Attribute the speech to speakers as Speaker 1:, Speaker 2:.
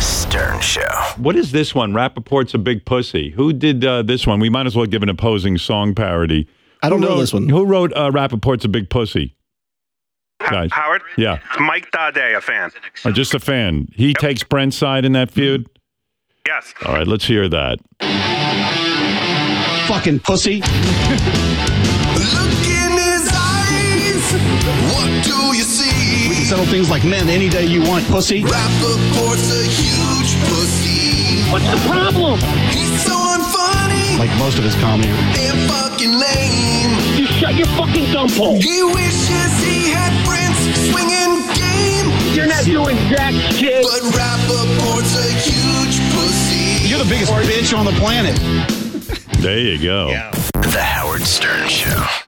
Speaker 1: Stern Show.
Speaker 2: What is this one? Rappaport's a big pussy. Who did uh, this one? We might as well give an opposing song parody.
Speaker 3: I don't
Speaker 2: Who
Speaker 3: know
Speaker 2: wrote-
Speaker 3: this one.
Speaker 2: Who wrote uh, Rappaport's a big pussy? Guys.
Speaker 4: Howard?
Speaker 2: Yeah.
Speaker 4: Mike Dade, a fan.
Speaker 2: Uh, just a fan. He takes Brent's side in that feud.
Speaker 4: Yes.
Speaker 2: All right, let's hear that.
Speaker 3: Fucking pussy.
Speaker 5: Look in his eyes. What do you see?
Speaker 3: Settle things like men any day you want, pussy.
Speaker 5: Rappaport's a huge pussy.
Speaker 6: What's the problem?
Speaker 5: He's so unfunny
Speaker 3: Like most of his comedy.
Speaker 5: and fucking lame.
Speaker 6: You shut your fucking dump hole.
Speaker 5: He wishes he had Prince swinging game.
Speaker 6: You're not doing jack shit.
Speaker 5: But Rappaport's a huge pussy.
Speaker 3: You're the biggest bitch on the planet.
Speaker 2: There you go.
Speaker 1: The Howard Stern Show.